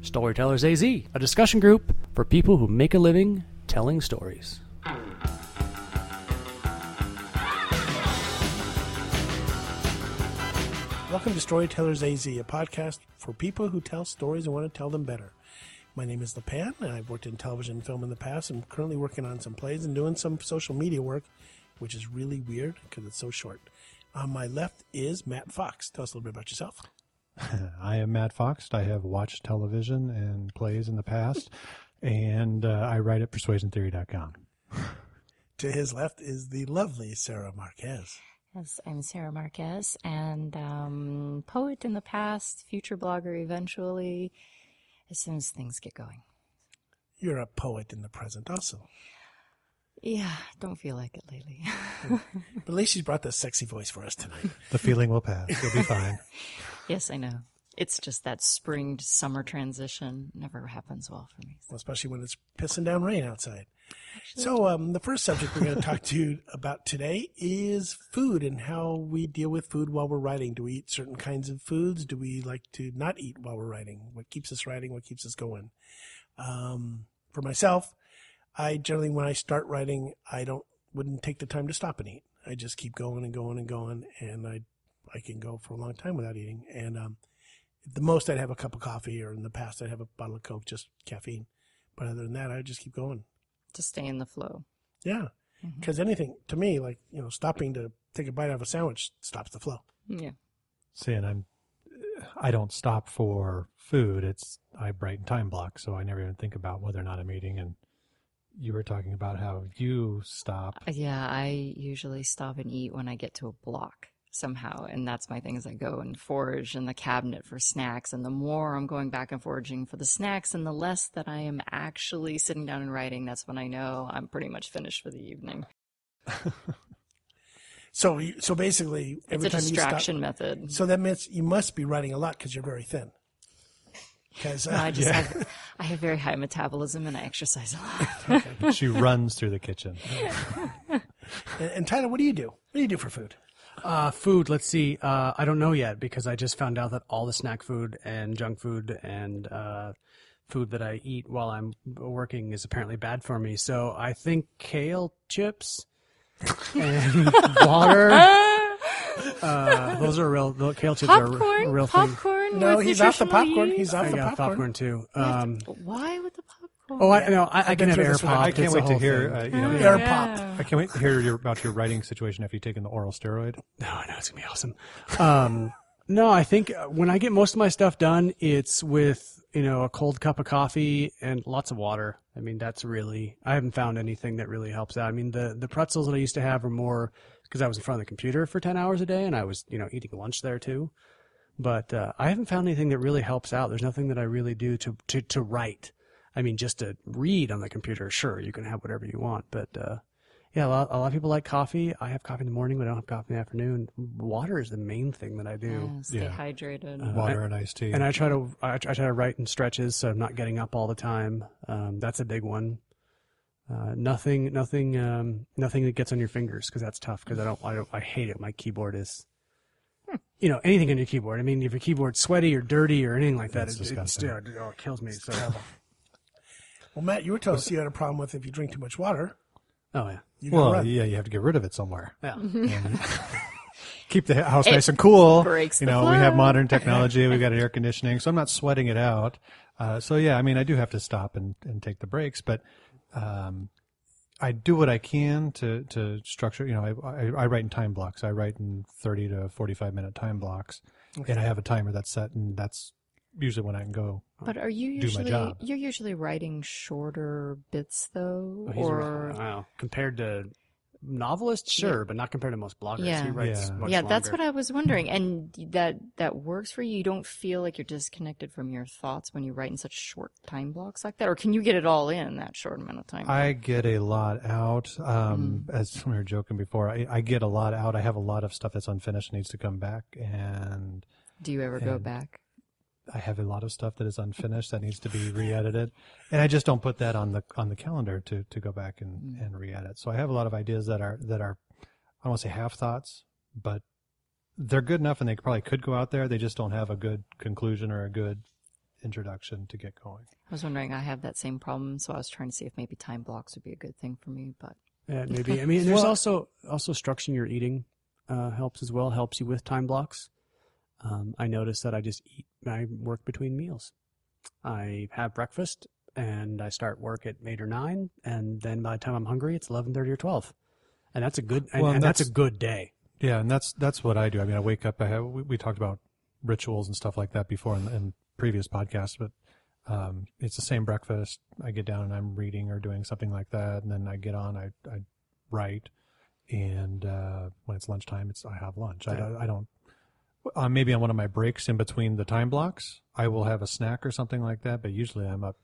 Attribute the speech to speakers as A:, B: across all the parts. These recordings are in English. A: Storytellers AZ, a discussion group for people who make a living telling stories.
B: Welcome to Storytellers AZ, a podcast for people who tell stories and want to tell them better. My name is LePan, and I've worked in television and film in the past. I'm currently working on some plays and doing some social media work, which is really weird because it's so short. On my left is Matt Fox. Tell us a little bit about yourself.
C: I am Matt Fox. I have watched television and plays in the past, and uh, I write at persuasiontheory.com.
B: To his left is the lovely Sarah Marquez.
D: Yes, I'm Sarah Marquez, and um, poet in the past, future blogger eventually, as soon as things get going.
B: You're a poet in the present, also.
D: Yeah, don't feel like it lately.
B: But at least she's brought the sexy voice for us tonight.
C: The feeling will pass. You'll be fine.
D: yes, I know. It's just that spring to summer transition never happens well for me.
B: especially when it's pissing down rain outside. So, um, the first subject we're going to talk to you about today is food and how we deal with food while we're writing. Do we eat certain kinds of foods? Do we like to not eat while we're writing? What keeps us writing? What keeps us going? Um, for myself, I generally, when I start writing, I don't wouldn't take the time to stop and eat. I just keep going and going and going, and I I can go for a long time without eating. And um, the most I'd have a cup of coffee, or in the past I'd have a bottle of Coke, just caffeine. But other than that, I just keep going.
D: To stay in the flow.
B: Yeah,
D: Mhm.
B: because anything to me, like you know, stopping to take a bite out of a sandwich stops the flow.
D: Yeah.
C: See, and I'm, I don't stop for food. It's I write in time blocks, so I never even think about whether or not I'm eating. And you were talking about how you stop.
D: Yeah, I usually stop and eat when I get to a block somehow. And that's my thing is I go and forage in the cabinet for snacks. And the more I'm going back and foraging for the snacks and the less that I am actually sitting down and writing, that's when I know I'm pretty much finished for the evening.
B: So, you, so basically,
D: It's
B: every
D: a
B: time
D: distraction
B: you
D: method.
B: stop, so that means you must be writing a lot because you're very thin. Because
D: No, I
B: uh,
D: just have I have very high metabolism and I exercise a lot.
C: she runs through the kitchen.
B: and, and Tyler, what do you do? What do you do for food?
A: Uh, food, let's see. Uh, I don't know yet because I just found out that all the snack food and junk food and uh, food that I eat while I'm working is apparently bad for me. So I think kale chips and water. Uh, those are real. The kale chips are a
D: popcorn,
A: real thing.
D: popcorn.
B: No,
D: with
B: he's off the
D: nutritional
B: popcorn.
D: use.
B: He's off
A: I
B: the
A: got popcorn,
B: popcorn.
A: too. Um,
D: Why with the popcorn?
A: oh, I no, I, I can
B: been
A: have
B: through
A: air
B: this with-
A: popped.
B: I
C: I can't
A: It's a
C: wait to
A: whole
C: hear.
A: thing.
C: Uh, you know,
B: Air
C: your-
B: popped.
C: I can't wait to hear your, about your writing situation after you've taken the oral steroid.
A: No, I know it's gonna be awesome. Um, no, I think uh, when I get most of my stuff done, it's with you know a cold cup of coffee and lots of water. I mean, that's really I haven't found anything that really helps out. I mean, the the pretzels that I used to have were more because I was in front of the computer for ten hours a day, and I was you know eating lunch there too. But uh, I haven't found anything that really helps out. There's nothing that I really do to to to write. I mean, just to read on the computer, sure, you can have whatever you want, but uh, yeah, a lot, a lot of people like coffee. I have coffee in the morning, but I don't have coffee in the afternoon. Water is the main thing that I do,
D: Yeah, stay
C: Yeah.
D: hydrated.
C: Water and iced tea.
A: and Uh, I try to I, I try to write in stretches, so I'm not getting up all the time. Um, that's a big one. Uh, nothing, nothing, um, nothing that gets on your fingers because that's tough. Because I don't, I don't, I hate it. My keyboard is,
C: Hmm.
A: you know, anything on your keyboard. I mean, if your keyboard's sweaty or dirty or anything like that,
C: That's
A: it, it,
C: disgusting.
A: yeah, oh, it kills me. So,
B: Well, Matt, you were telling us you had a problem with if you drink too much water.
A: oh yeah.
B: You can
C: well,
B: run.
C: yeah, you have to get rid of it somewhere.
A: Yeah.
D: Mm-hmm.
C: keep the house
D: It
C: nice and cool.
D: breaks
C: you
D: the
C: know, we have
D: flow.
C: modern technology. We've got air conditioning, so I'm not sweating it out. Uh, so yeah, I mean, I do have to stop and, and take the breaks, but um, I do what I can to to structure. You know, I, I, I write in time blocks. I write in 30 to 45 minute time blocks, and I have a timer that's set, and that's usually when I can go.
D: But are you
C: my
D: usually
C: job.
D: you're usually writing shorter bits though,
A: Oh, he's a-
D: or
A: wow. compared to novelists, sure, but not compared to most bloggers.
D: Yeah.
A: He writes
C: Yeah.
A: much
D: yeah, that's what
A: longer.
D: I was wondering. And that that works for you. You don't feel like you're disconnected from your thoughts when you write in such short time blocks like that, or can you get it all in that short amount of time?
C: I get a lot out. Um,
D: Mm-hmm.
C: As we were joking before, I, I get a lot out. I have a lot of stuff that's unfinished needs to come back, and
D: Do you ever go
C: and-
D: back?
C: I have a lot of stuff that is unfinished that needs to be re-edited, and I just don't put that on the on the calendar to to go back and and re-edit. So I have a lot of ideas that are that are I don't want to say half thoughts, but they're good enough, and they probably could go out there. They just don't have a good conclusion or a good introduction to get going.
D: I was wondering, I have that same problem, so I was trying to see if maybe time blocks would be a good thing for me, but
A: Yeah, maybe. I mean, there's
C: Well-
A: also also structuring your eating uh, helps as well. Helps you with time blocks. Um, I notice that I just eat. I work between meals. I have breakfast and I start work at eight or nine, and then by the time I'm hungry, it's eleven thirty or twelve, and that's a good. And,
C: Well,
A: and that's,
C: that's-
A: a good day.
C: Yeah, and that's that's what I do. I mean, I wake up. I have, we, we talked about rituals and stuff like that before in, in previous podcasts, but um, it's the same breakfast. I get down and I'm reading or doing something like that, and then I get on. I, I write, and uh, when it's lunchtime, it's I have lunch. I, don't- I don't. Uh, maybe on one of my breaks in between the time blocks, I will have a snack or something like that. But usually, I'm up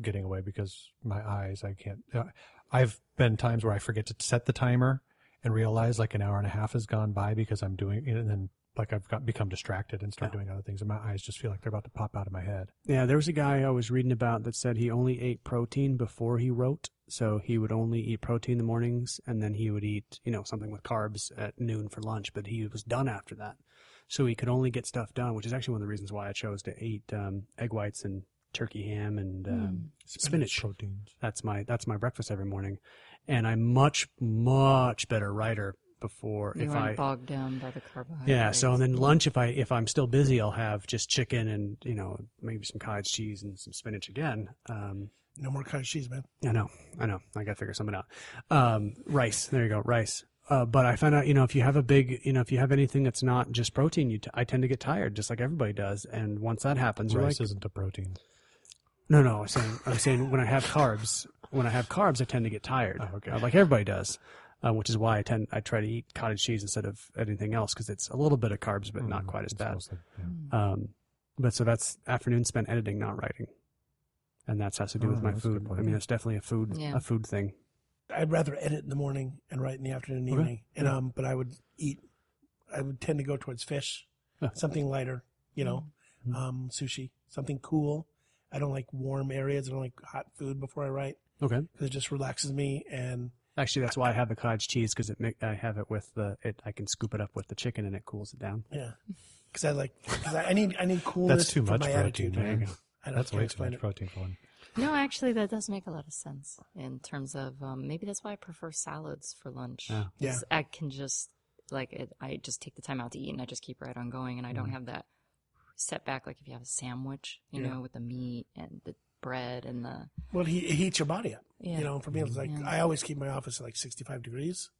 C: getting away because my eyes. I can't. Uh, I've been times where I forget to set the timer and realize like an hour and a half has gone by because I'm doing it and then like I've got become distracted and start doing other things and my eyes just feel like they're about to pop out of my head.
A: Yeah, there was a guy I was reading about that said he only ate protein before he wrote, so he would only eat protein in the mornings, and then he would eat, you know, something with carbs at noon for lunch. But he was done after that, so he could only get stuff done, which is actually one of the reasons why I chose to eat um, egg whites and turkey ham and um, spinach.
C: proteins.
A: That's my that's my breakfast every morning, and I'm much much better writer before
D: you
A: if
D: weren't
A: I
D: bogged down by the carbohydrates.
A: yeah, so then lunch if I if I'm still busy, I'll have just chicken and you know maybe some cottage cheese and some spinach again. Um,
B: No more cottage cheese, man.
A: I know, I know, I got to figure something out. Um, rice, there you go, rice. Uh, but I found out you know if you have a big you know if you have anything that's not just protein, you t- I tend to get tired just like everybody does. And once that happens, you're
C: Rice
A: like,
C: isn't a protein.
A: no, no, I'm saying I'm saying when I have carbs, when I have carbs, I tend to get tired,
C: Oh, okay.
A: uh, like everybody does. Uh, which is why I tend I try to eat cottage cheese instead of anything else because it's a little bit of carbs but not
C: Mm,
A: quite as
C: it's
A: bad.
C: mostly- yeah.
D: Hmm.
A: Um, but so that's afternoon spent editing, not writing, and that's has to do
C: Oh,
A: with my
C: that's a good
A: food.
C: point.
A: I mean, it's definitely a food
D: Yeah.
A: a food thing.
B: I'd rather edit in the morning and write in the afternoon and
A: Okay.
B: evening. And um, but I would eat. I would tend to go towards fish,
A: Yeah.
B: something lighter, you know,
C: Mm-hmm.
A: Mhm.
B: um, sushi, something cool. I don't like warm areas. I don't like hot food before I write
A: Okay,
B: because it just relaxes me. And
A: actually, that's why I have the cottage cheese because it ma- I have it with the it I can scoop it up with the chicken and it cools it down.
B: yeah, because I like because I, I need I need coolness
C: That's too
B: for
C: much
B: my
C: protein,
B: attitude.
C: man.
B: I don't
C: That's
B: can't
C: way too
B: explain
C: much
B: it.
C: protein for one.
D: No, actually, that does make a lot of sense in terms of um, maybe that's why I prefer salads for lunch.
A: Yeah.
B: Yeah.
D: 'Cause I can just like it, I just take the time out to eat and I just keep right on going, and I don't have that setback like if you have a sandwich, you
B: Mm-hmm. Yeah.
D: know, with the meat and the bread and the
B: Well, he, it heats your body up.
D: yeah.
B: You know, for me, it's like
D: Yeah.
B: I always keep my office at like 65 degrees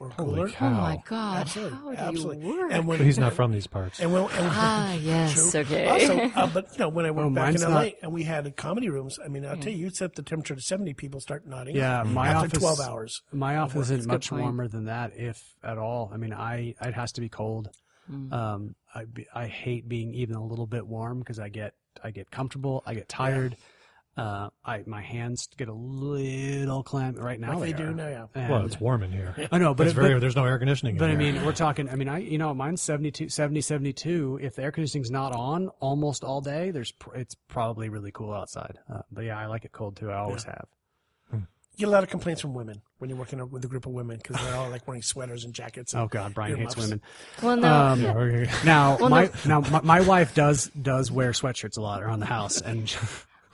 B: or
C: Holy
B: cooler.
C: cow.
D: oh my god,
B: Absolutely,
D: how do
B: absolutely.
D: you work?
B: And when
C: But he's not from these parts.
B: and when, and when-
D: ah, yes,
B: True.
D: okay.
B: Also, uh, but you know, when I worked
A: Oh,
B: back in
A: mine's
B: LA
A: not-
B: and we had comedy rooms, I mean, I'll
D: Yeah.
B: tell you, you set the temperature to 70, people start nodding.
A: Yeah, my
B: After
A: office
B: 12 hours.
A: My office
D: That's
A: isn't
D: a good
A: much
D: point.
A: warmer than that, if at all. I mean, I it has to be cold.
D: Mm.
A: Um, I be- I hate being even a little bit warm because I get I get comfortable, I get tired. Uh, I my hands get a little clammy right now.
B: Like they
A: they
B: do
A: are.
B: now, yeah.
A: And-
C: well, it's warm in here.
A: I know,
C: But
A: but
C: it's
A: it-
C: very
A: but-
C: there's no air conditioning in
A: But I
C: here.
A: mean, we're talking. I mean, I you know, mine's 72, 70, 72. If the air conditioning's not on almost all day, there's pr- it's probably really cool outside. Uh, but yeah, I like it cold too. I always have.
B: You get a lot of complaints from women when you're working with a group of women because they're all like wearing sweaters and jackets. And
A: Oh God, Brian hates
B: Earmuffs.
A: women.
D: well, no,
A: Um,
C: Yeah, okay.
A: Now
D: Well,
A: my now my, my wife does does wear sweatshirts a lot around the house, and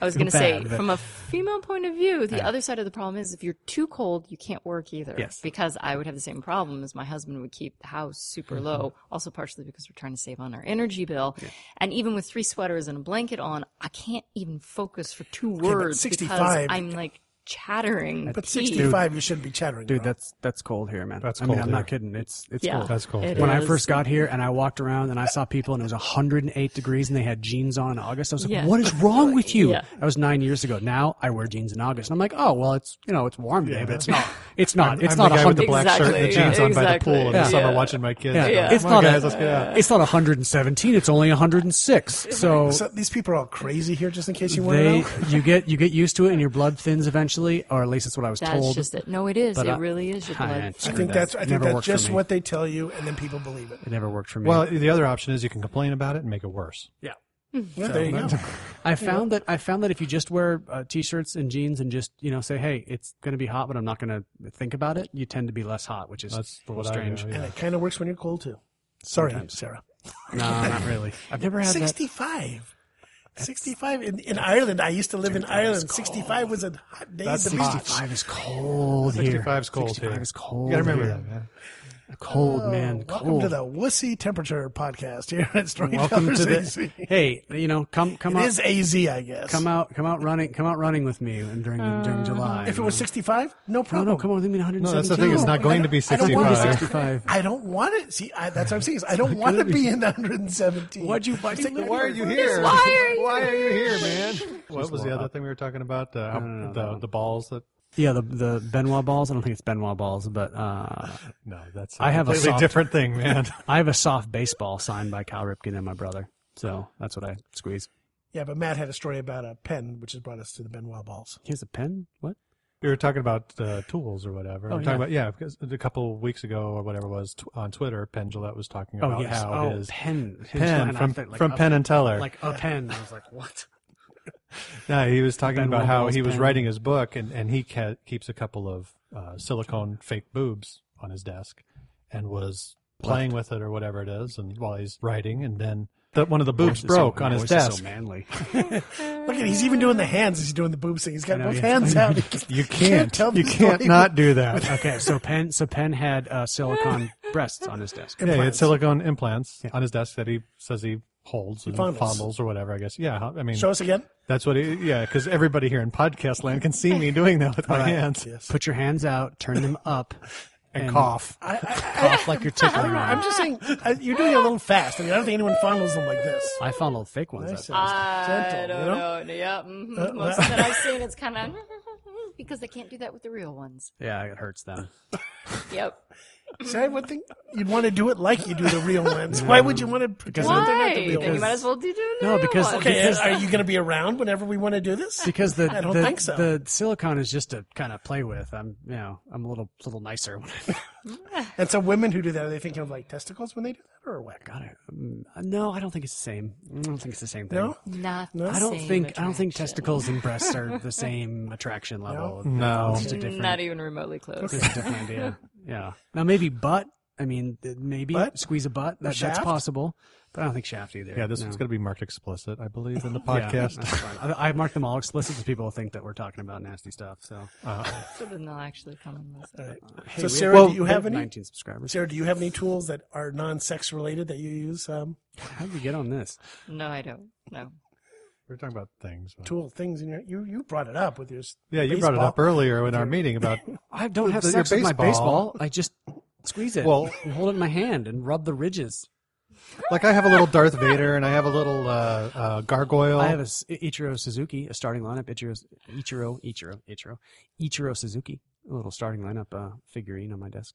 D: I was going to
A: bad,
D: say,
A: but-
D: from a female point of view, the
A: Yeah.
D: other side of the problem is if you're too cold, you can't work either.
A: Yes.
D: Because I would have the same problem as my husband would keep the house super
A: Mm-hmm.
D: low, also partially because we're trying to save on our energy bill. And even with three sweaters and a blanket on, I can't even focus for two words because
B: 65
D: I'm like chattering.
B: But
D: teeth.
B: 65, you shouldn't be chattering.
A: dude,
B: bro.
A: that's that's cold here, man.
C: That's
A: I mean,
C: cold
A: I'm not
C: here.
A: kidding. It's it's
D: Yeah.
A: cold.
C: That's cool.
D: It
C: Yeah.
A: when I
D: is.
A: first got here and I walked around and I saw people and it was 108 degrees and they had jeans on in August, I was like,
D: Yeah.
A: "What is wrong with you?"
D: Yeah.
A: That was nine years ago. Now I wear jeans in August and I'm like, "Oh well, it's you know it's warm today, but it's not it's not it's
C: I'm
A: not
C: the guy with the
A: 100
C: black shirt and the
D: Exactly,
C: jeans on by the
D: exactly.
C: pool in the
A: Yeah.
C: summer
D: Yeah.
C: watching my kids.
A: Yeah.
C: Going,
A: It's
C: Come on,
A: not a-
C: guys, let's get out.
A: it's not 117. It's only 106. So
B: so these people are all crazy here, just in case you want to
A: they
B: know.
A: you get you get used to it and your blood thins eventually, or at least that's what I was
D: That's
A: told.
D: just it. No, it is.
A: But
D: it
A: I-
D: really is your
A: I
D: blood.
A: ain't
B: I
A: screwed
B: think
A: that.
B: that's, I think
A: Never
B: that's
A: worked for
B: just
A: me.
B: what they tell you, and then people believe it.
A: It never worked for me.
C: Well, the other option is you can complain about it and make it worse.
A: yeah.
B: Yeah, there you go.
A: I found that I found that if you just wear uh, t-shirts and jeans and just you know say, "Hey, it's going to be hot, but I'm not going to think about it," you tend to be less hot, which is
C: That's
A: a little
C: what I uh, do,
A: strange.
C: yeah.
B: And it kind of works when you're cold, too. Sorry, Sarah.
A: No, not really. I've never had that.
B: 65. 65 in, in Ireland. I used to live in Ireland. 65 was a hot day.
C: That's
B: to be-
C: hot.
A: 65 is cold here.
C: 65 is cold
A: 65
C: here.
A: is cold.
C: You gotta remember
A: here.
C: that, Oh, man.
A: Cold, man.
B: Welcome
A: cold.
B: to the Wussy Temperature Podcast here at Storytellers
A: Welcome to
B: AZ.
A: the. Hey, you know, come come
B: It
A: out,
B: is AZ, I guess.
A: come out, come out running, come out running with me and during
C: Uh,
A: during July.
B: If it
A: you
B: was
A: know.
B: 65, no
A: no,
B: problem.
A: no, come on with me.
C: No,
A: 117.
C: that's the thing. It's not going to be
B: I don't want
C: 65.
A: 65.
B: I don't want it. See, I, that's what I'm saying. Is I don't want to be in the 117.
A: Why'd you? Why'd you? live
C: Why are
A: here?
C: you here?
D: Why are you
C: here, man? What was the other thing we were talking about? Uh,
A: no,
C: the the balls that.
A: Yeah, the the Benoit balls. I don't think it's Benoit balls, but uh,
C: No, that's
A: I have a
C: completely
A: soft-
C: different thing, man.
A: I have a soft baseball signed by Cal Ripken and my brother. So that's what I squeeze.
B: Yeah, but Matt had a story about a pen, which has brought us to the Benoit balls.
A: Here's a pen. What?
C: We were talking about uh, tools or whatever.
A: Oh,
C: We're
A: yeah.
C: talking about yeah, because a couple of weeks ago or whatever it was t- on Twitter, Penn Jillette was talking
A: Oh
C: about
A: yes.
C: how
A: Oh,
C: his
A: pen.
C: Penn
A: And I
C: from
A: think, like,
C: from
A: a-
C: Penn and Teller.
A: Like a pen. I was like, what?
C: yeah, he was talking
A: Penn
C: about how
A: Wellbell's
C: he was
A: Penn.
C: writing his book and and he ca- keeps a couple of uh, silicone fake boobs on his desk and was playing with it or whatever it is and while he's writing and then the, one of the boobs
A: Voice is so-
C: broke on his
A: voice is
C: desk.
A: So manly.
B: Look at he's even doing the hands as he's doing the boob thing. He's got
A: know,
B: both
A: yeah.
B: hands out.
C: you
B: can't
C: can't.
B: tell the
C: you can't
B: story.
C: not do that.
A: Okay, so Penn. So Penn had uh, silicon breasts on his desk.
C: Yeah, he had silicone implants on his desk that he says he holds and
B: fondles.
C: fondles. or whatever. I guess. Yeah. I mean,
B: Show us again.
C: that's what. He, yeah, because everybody here in podcast land can see me doing that with my hands
B: Yes.
A: Put your hands out. Turn them up.
C: and cough.
B: I, I,
A: Cough like you're tickling.
B: I,
A: me.
B: I'm just saying, I, you're doing it a little fast. I mean, I don't think anyone fondles them like this.
A: I found fake ones.
B: Nice.
A: I found.
D: I
B: Gentle,
D: don't
B: you know?
D: know. Yeah, mhm.
B: Uh,
D: most
B: well-
D: that I've seen, it's kind of because they can't do that with the real ones.
A: yeah, it hurts them.
D: Yep.
B: See, I would think you'd want to do it like you do the real ones. Why would you want to pretend that they're not
D: Why?
B: the real
D: Then you
B: ones?
D: might as well do do the
A: No,
D: real
A: because-
D: ones.
B: Okay, are you going to be around whenever we want to do this?
A: because the
B: I don't
A: the,
B: think so.
A: the silicon is just to kind of play with. I'm you know I'm a little little nicer. When I,
B: And so women who do that, are they thinking of like testicles when they do that or what?
A: God, I- mm, no, I don't think it's the same. I don't think it's the same thing.
B: No?
C: Mm-hmm.
D: Not the
A: I don't
D: same
A: think I don't think
D: attraction.
A: testicles and breasts are the same attraction level.
C: No.
A: it's just a different,
D: Not even remotely close.
A: it's a different idea. Yeah. Now maybe butt. I mean, th- maybe
B: Butt?
A: squeeze a butt. That, that's
B: shaft?
A: possible, but I don't think shaft either.
C: Yeah, this
A: no.
C: one's going to be marked explicit, I believe, in the
A: Yeah,
C: podcast.
A: that's fine. I, I mark them all explicit because people will think that we're talking about nasty stuff. So,
C: Uh-huh.
D: So then they'll actually come and listen.
A: Hey,
B: so
A: we
B: Sarah,
A: well,
B: do you
A: we
B: have any?
A: 19 subscribers?
B: Sarah, do you have any tools that are non-sex related that you use? Um,
A: How did we get on this?
D: No, I don't. No.
C: We're talking about things. but-
B: tool things in your you you brought it up with your s-
C: Yeah, you brought it
B: baseball.
C: up earlier in our meeting about.
A: I don't have
C: Your
A: sex with my
C: baseball.
A: baseball. I just squeeze it
C: Well-
A: and hold it in my hand and rub the ridges.
C: Like I have a little Darth Vader and I have a little uh, uh, gargoyle.
A: I have a S- Ichiro Suzuki, a starting lineup. Ichiro, Ichiro, Ichiro, Ichiro, Ichiro Suzuki, a little starting lineup uh, figurine on my desk.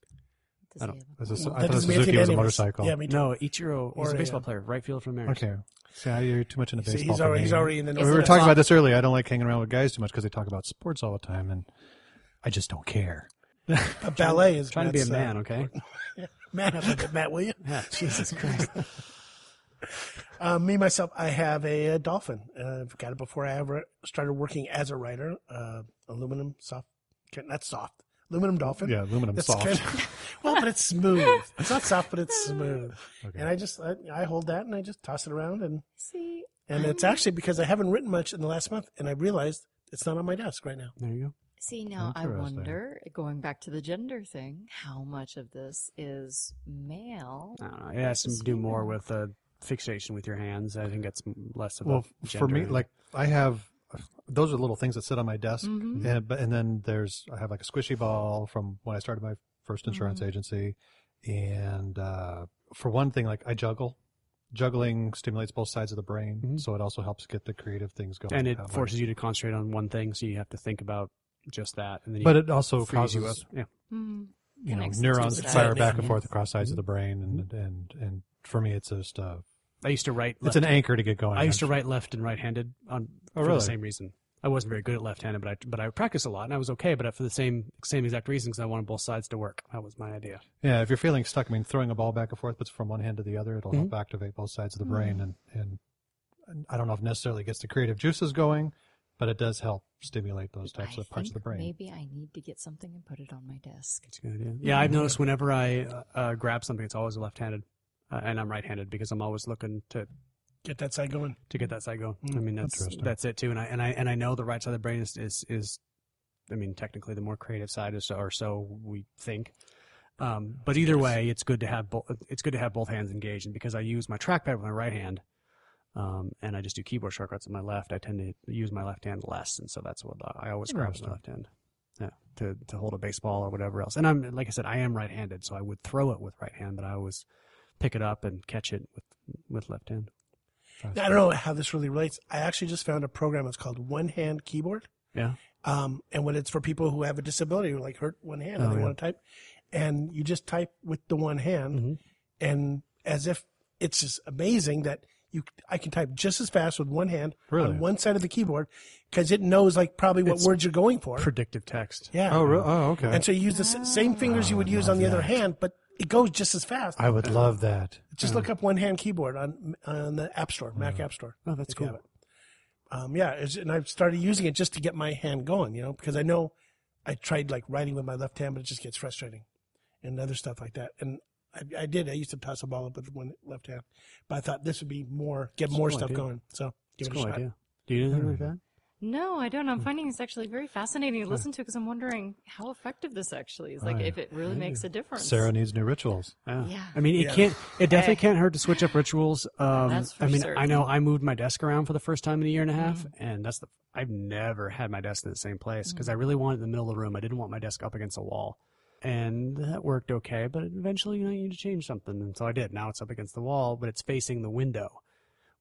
D: Does he have
C: This is- I
B: That
C: thought
B: doesn't mean anything to any
C: Suzuki was a
B: of us.
C: motorcycle.
B: Yeah, me too.
A: No, Ichiro
B: Or
A: is
B: a,
A: a baseball
B: uh,
A: player, right field from America.
C: Okay. See, I- you're too much into
B: See,
C: baseball.
B: he's
C: for
B: already
C: me.
B: he's already in the.
D: We
C: we
B: know.
C: were talking about this earlier. I don't like hanging around with guys too much because they talk about sports all the time, and I just don't care.
B: a ballet. Is
A: Trying to be a
B: Matt's, uh,
A: man, okay?
B: Man up a bit, Matt, will you?
A: Yeah, Jesus Christ.
B: Uh, me myself, I have a, uh dolphin. Uh, I've got it before I ever started working as a writer. Uh, aluminum soft, not soft, aluminum dolphin.
C: Yeah, aluminum
B: That's
C: soft.
B: kind of- well, but it's smooth. It's not soft, but it's smooth. And I just I, I hold that and I just toss it around and
D: See,
B: and it's
C: Mm.
B: actually because I haven't written much in the last month and I realized it's not on my desk right now.
A: There you go.
D: see now I
C: Interesting.
D: wonder, going back to the gender thing, how much of this is male?
A: I don't know. It has to do more with uh, fixation with your hands. I think that's m- less of
C: well,
A: a
C: for me,
A: gender-
C: like I have those are little things that sit on my desk,
D: Mhm.
C: and but and then there's I have like a squishy ball from when I started my first insurance agency, and uh, for one thing, like I juggle. Juggling stimulates both sides of the brain,
A: Mhm.
C: so it also helps get the creative things going.
A: and it
C: that way.
A: forces you to concentrate on one thing, so you have to think about just that. And then you
C: but it also
A: frees you up.
C: causes
A: Yeah.
D: Hmm.
C: you know
D: Connects the two
C: neurons that
D: sides.
C: fire back and
B: Yeah.
C: forth across sides of the brain, and and and for me, it's just uh,
A: I used to write.
C: it's
A: Left,
C: an anchor to get going.
A: I used to write left and right-handed on
C: Oh,
A: for
C: really?
A: the same reason. I wasn't very good at left-handed, but I but I practiced a lot and I was okay. But I- for the same same exact reasons, I wanted both sides to work. That was my idea.
C: Yeah, if you're feeling stuck, I mean, throwing a ball back and forth, but from one hand to the other, it'll help activate both sides of the brain, and and I don't know if necessarily gets the creative juices going, but it does help stimulate those types
D: I
C: of parts of
D: think
C: the brain.
D: Maybe I need to get something and put it on my desk.
A: It's a good idea. Yeah, I've noticed whenever I uh, uh, grab something, it's always left-handed, uh, and I'm right-handed because I'm always looking to
B: Get that side going.
A: to get that side going. I mean, that's
C: Interesting.
A: that's it too. And I and I and I know the right side of the brain is is, is I mean, technically the more creative side is, or so we think. Um, but either way, it's good to have both. It's good to have both hands engaged. And because I use my trackpad with my right hand, um, and I just do keyboard shortcuts with my left, I tend to use my left hand less, and so that's what I always grab with my left hand. Yeah, to to hold a baseball or whatever else. And I'm like I said, I am right-handed, so I would throw it with right hand, but I always pick it up and catch it with with left hand.
B: Now, I don't know how this really relates. I actually just found a program. It's called One Hand Keyboard.
A: Yeah.
B: Um, and when it's for people who have a disability, who like hurt one hand
A: Oh,
B: and they
A: yeah.
B: want to type, and you just type with the one hand,
C: Mm-hmm.
A: Mhm.
B: and as if it's just amazing that you I can type just as fast with one hand
C: Really?
B: on one side of the keyboard because it knows like probably what
A: It's
B: words you're going for.
A: Predictive text.
B: yeah.
C: Oh, re- oh, okay.
B: And so you use the s- same fingers you would use on the other hand, but it goes just as fast.
C: I would love that.
B: Just
A: Mm.
B: look up one hand keyboard on on the App Store, Mac App Store.
A: Oh, that's
B: if you
A: cool.
B: have it. Um, yeah, it's, and I've started using it just to get my hand going, you know, because I know I tried like writing with my left hand, but it just gets frustrating, and other stuff like that. And I, I did. I used to toss a ball up with one left hand, but I thought this would be more get
A: It's a
B: more
A: cool
B: stuff
A: idea.
B: going. So give
A: It's
B: it
A: a
B: a
A: cool
B: shot. Hmm.
A: idea. Do you do anything like
C: Hmm.
A: that?
D: No, I don't.
A: Hmm.
D: I'm finding this actually very fascinating to listen to because I'm wondering how effective this actually is. Like,
C: yeah.
D: if it really makes a difference.
C: Sarah needs new rituals.
A: Yeah.
D: Yeah.
A: I mean, it
B: Yeah.
A: can't. It definitely
D: Hey.
A: can't hurt to switch up rituals. Um,
D: That's for
A: I mean, I
D: certain. Mm-hmm.
A: know I moved my desk around for the first time in a year and a half, and that's the. I've never had my desk in the same place because I really wanted it in the middle of the room. I didn't want my desk up against a wall, and that worked okay. But eventually, you know, you need to change something, and so I did. Now it's up against the wall, but it's facing the window.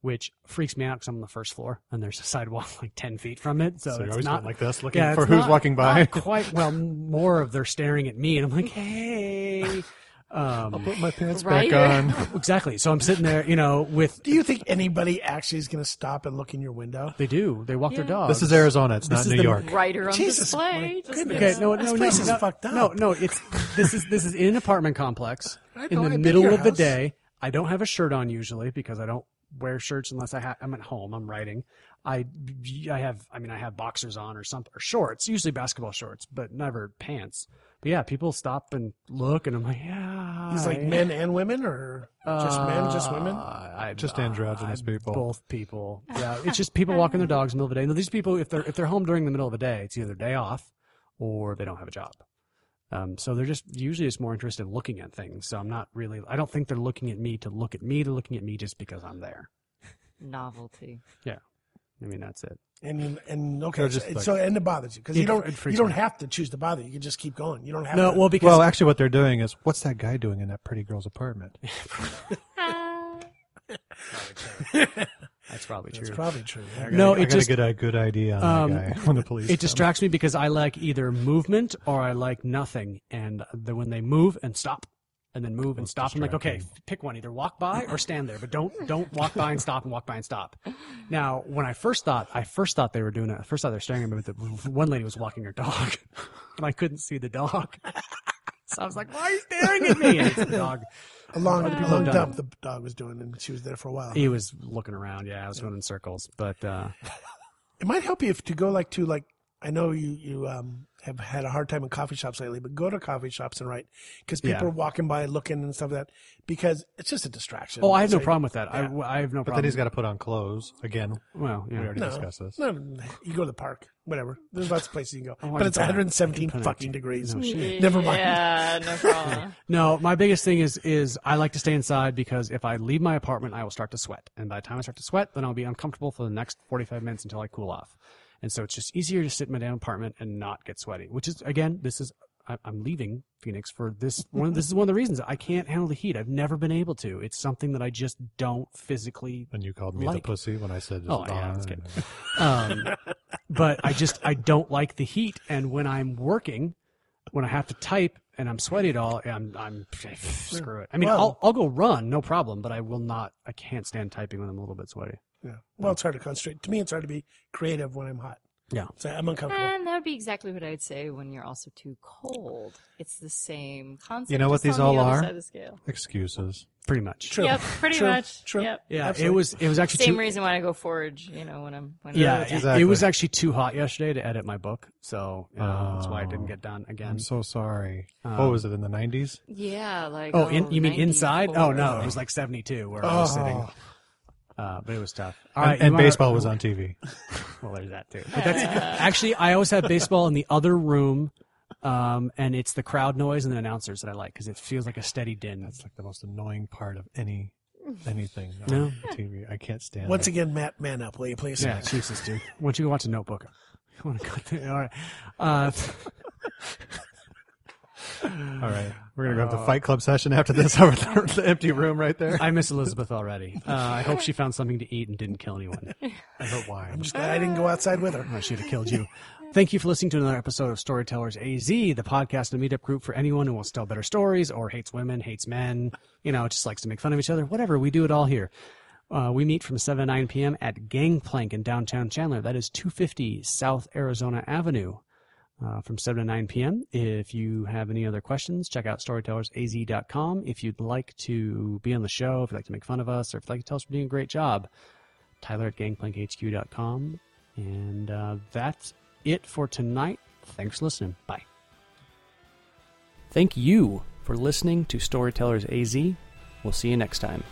A: Which freaks me out because I'm on the first floor and there's a sidewalk like ten feet from it, so,
C: So, you
A: it's
C: always
A: not
C: went like this, looking for
A: it's
C: who's
A: not-
C: walking by.
A: not quite well, m- more of they're staring at me, and I'm like, hey. Um,
C: Put my pants
D: Right?
C: back on.
A: exactly. So I'm sitting there, you know, with
B: Do you think anybody actually is going to stop and look in your window?
A: they do they walk their
D: Yeah.
A: dogs.
C: This is Arizona. It's
A: This
C: not
A: is
C: New
A: the-
C: York.
D: Writer on
B: Jesus, my
D: display. Just
B: goodness.
A: Okay,
D: gives
A: no,
D: a-
A: no,
B: This
A: no,
B: place
A: no,
B: is fucked up.
A: No, no, it's this is this is in an apartment complex
B: I
A: in
B: know,
A: the
B: I've been
A: middle
B: to your
A: of the
B: house.
A: day. I don't have a shirt on usually because I don't wear shirts unless I ha- I'm at home. I'm writing. I I have I mean I have boxers on or something or shorts, usually basketball shorts, but never pants. But yeah, people stop and look, and I'm like, yeah.
B: It's like men and women, or just men, just women.
A: Uh, I,
C: Just androgynous people.
A: Both people. Yeah, it's just people walking their dogs in the middle of the day. And these people, if they're if they're home during the middle of the day, it's either day off or they don't have a job. Um, so they're just usually just more interested in looking at things. So I'm not really. I don't think they're looking at me to look at me. They're looking at me just because I'm there.
D: novelty.
A: I mean, that's it.
B: And you, and okay,
C: They're
B: so-
C: just like-
B: so and it bothers you because
A: It-
B: you don't
A: it
B: you
A: freaks
B: don't
A: me out.
B: have to choose to bother. You can just keep going. You don't have
A: No,
B: to.
A: well, because
C: Well, actually, what they're doing is, what's that guy doing in that pretty girl's apartment?
D: Ah.
A: that's probably true.
B: it's probably true.
C: I
B: right?
C: gotta-
A: No,
C: I
A: Oh, it
C: gotta
A: just-
C: get a good idea on that
A: Um,
C: guy when the police. come.
A: it distracts me because I like either movement or I like nothing. And the, when they move and stop, and then move and
C: That's
A: stop, I'm like, okay,
C: distracting.
A: pick one. Either walk by or stand there, but don't don't walk by and stop and walk by and stop. Now, when I first thought, I first thought they were doing it. I first thought they were staring at me, but the one lady was walking her dog, and I couldn't see the dog. So I was like, why are you staring at me? And it's the dog.
B: A long,
A: Other people
B: long
A: have done
B: dump the dog was doing, and she was there for a while.
A: He was looking around. Yeah, I was going in circles, but uh,
B: It might help you if to go like to like I know you you um have had a hard time in coffee shops lately, but go to coffee shops and write because people
A: Yeah.
B: are walking by looking and stuff like that because it's just a distraction.
A: oh, I have no
B: So-
A: problem with that. I, I have no problem.
C: But then he's got to put on clothes again.
A: well,
C: We
A: yeah.
C: already
B: No.
C: discussed this.
B: No, you go to the park, whatever. There's lots of places you can go,
A: Oh, I
B: but
A: can
B: it's
A: put it- I can
B: 117
A: put it-
B: fucking degrees.
A: No, shit.
B: Never mind.
D: Yeah, no problem.
A: No, my biggest thing is is I like to stay inside because if I leave my apartment, I will start to sweat, and by the time I start to sweat, then I'll be uncomfortable for the next forty five minutes until I cool off. And so it's just easier to sit in my damn apartment and not get sweaty. Which is again, this is I, I'm leaving Phoenix for this one. this is one of the reasons I can't handle the heat. I've never been able to. It's something that I just don't physically
C: And you called me the
A: Like-
C: pussy when I said.
A: Oh, yeah,
C: "Ah,"
A: that's good.
C: and-
A: um, but I just I don't like the heat. And when I'm working, when I have to type and I'm sweaty at all, I'm I'm screw it. I mean,
B: Well-
A: I'll I'll go run, no problem. But I will not. I can't stand typing when I'm a little bit sweaty.
B: Yeah. Well, it's hard to concentrate. To me, it's hard to be creative when I'm hot.
A: Yeah.
B: So I'm uncomfortable.
D: And that would be exactly what I'd say when you're also too cold. It's the same concept.
C: You know what
D: just
C: these
D: on the
C: all
D: other
C: are?
D: Side of the scale.
C: Excuses.
A: Pretty much.
B: True.
D: Yep, pretty
B: True.
D: much.
B: True.
D: Yep.
A: Yeah,
B: Absolutely.
A: it was it was actually
D: Same
A: too,
D: reason when I go forage, you know, when I'm when
A: Yeah,
D: I'm
A: it-
C: exactly.
A: it was actually too hot yesterday to edit my book, so you know, that's why it didn't
C: Oh.
A: get done again.
C: I'm so sorry.
A: Um,
C: what was it in the 90s?
D: yeah, like
A: Oh, in, you mean inside? Oh no, it
D: 94.
A: Ah.
B: Oh.
A: was like 72 where I was sitting. Uh, but it was tough.
C: Oh.
A: All
C: And,
A: right, you
C: and
A: wanna-
C: baseball was on TV.
A: Well, there's that too. But that's actually I always have baseball in the other room, um, and it's the crowd noise and the announcers that I like because it feels like a steady din.
C: That's like the most annoying part of any anything on
A: No.
C: TV. I can't stand
B: Once
C: it.
B: again, Matt, man up, will you please?
A: yeah, Jesus, dude. Why don't you go watch a Notebook? You want to go there? All right. Uh,
C: All right, we're gonna go have the
A: Uh,
C: Fight Club session after this over there, the empty room right there.
A: I miss Elizabeth already. Uh, I hope she found something to eat and didn't kill anyone.
C: I hope why.
B: I'm just glad I didn't go outside with her.
A: I should have killed you. Thank you for listening to another episode of Storytellers AZ, the podcast and meetup group for anyone who wants to tell better stories or hates women, hates men, you know, just likes to make fun of each other, whatever. We do it all here. Uh, we meet from 7 to 9 p.m. at Gangplank in downtown Chandler. That is 250 South Arizona Avenue uh, from 7 to 9 p.m. If you have any other questions, check out storytellersaz.com. If you'd like to be on the show, if you'd like to make fun of us, or if you'd like to tell us we're doing a great job, Tyler at gangplankhq.com. And uh, that's it for tonight. Thanks for listening. Bye. Thank you for listening to Storytellers AZ. We'll see you next time.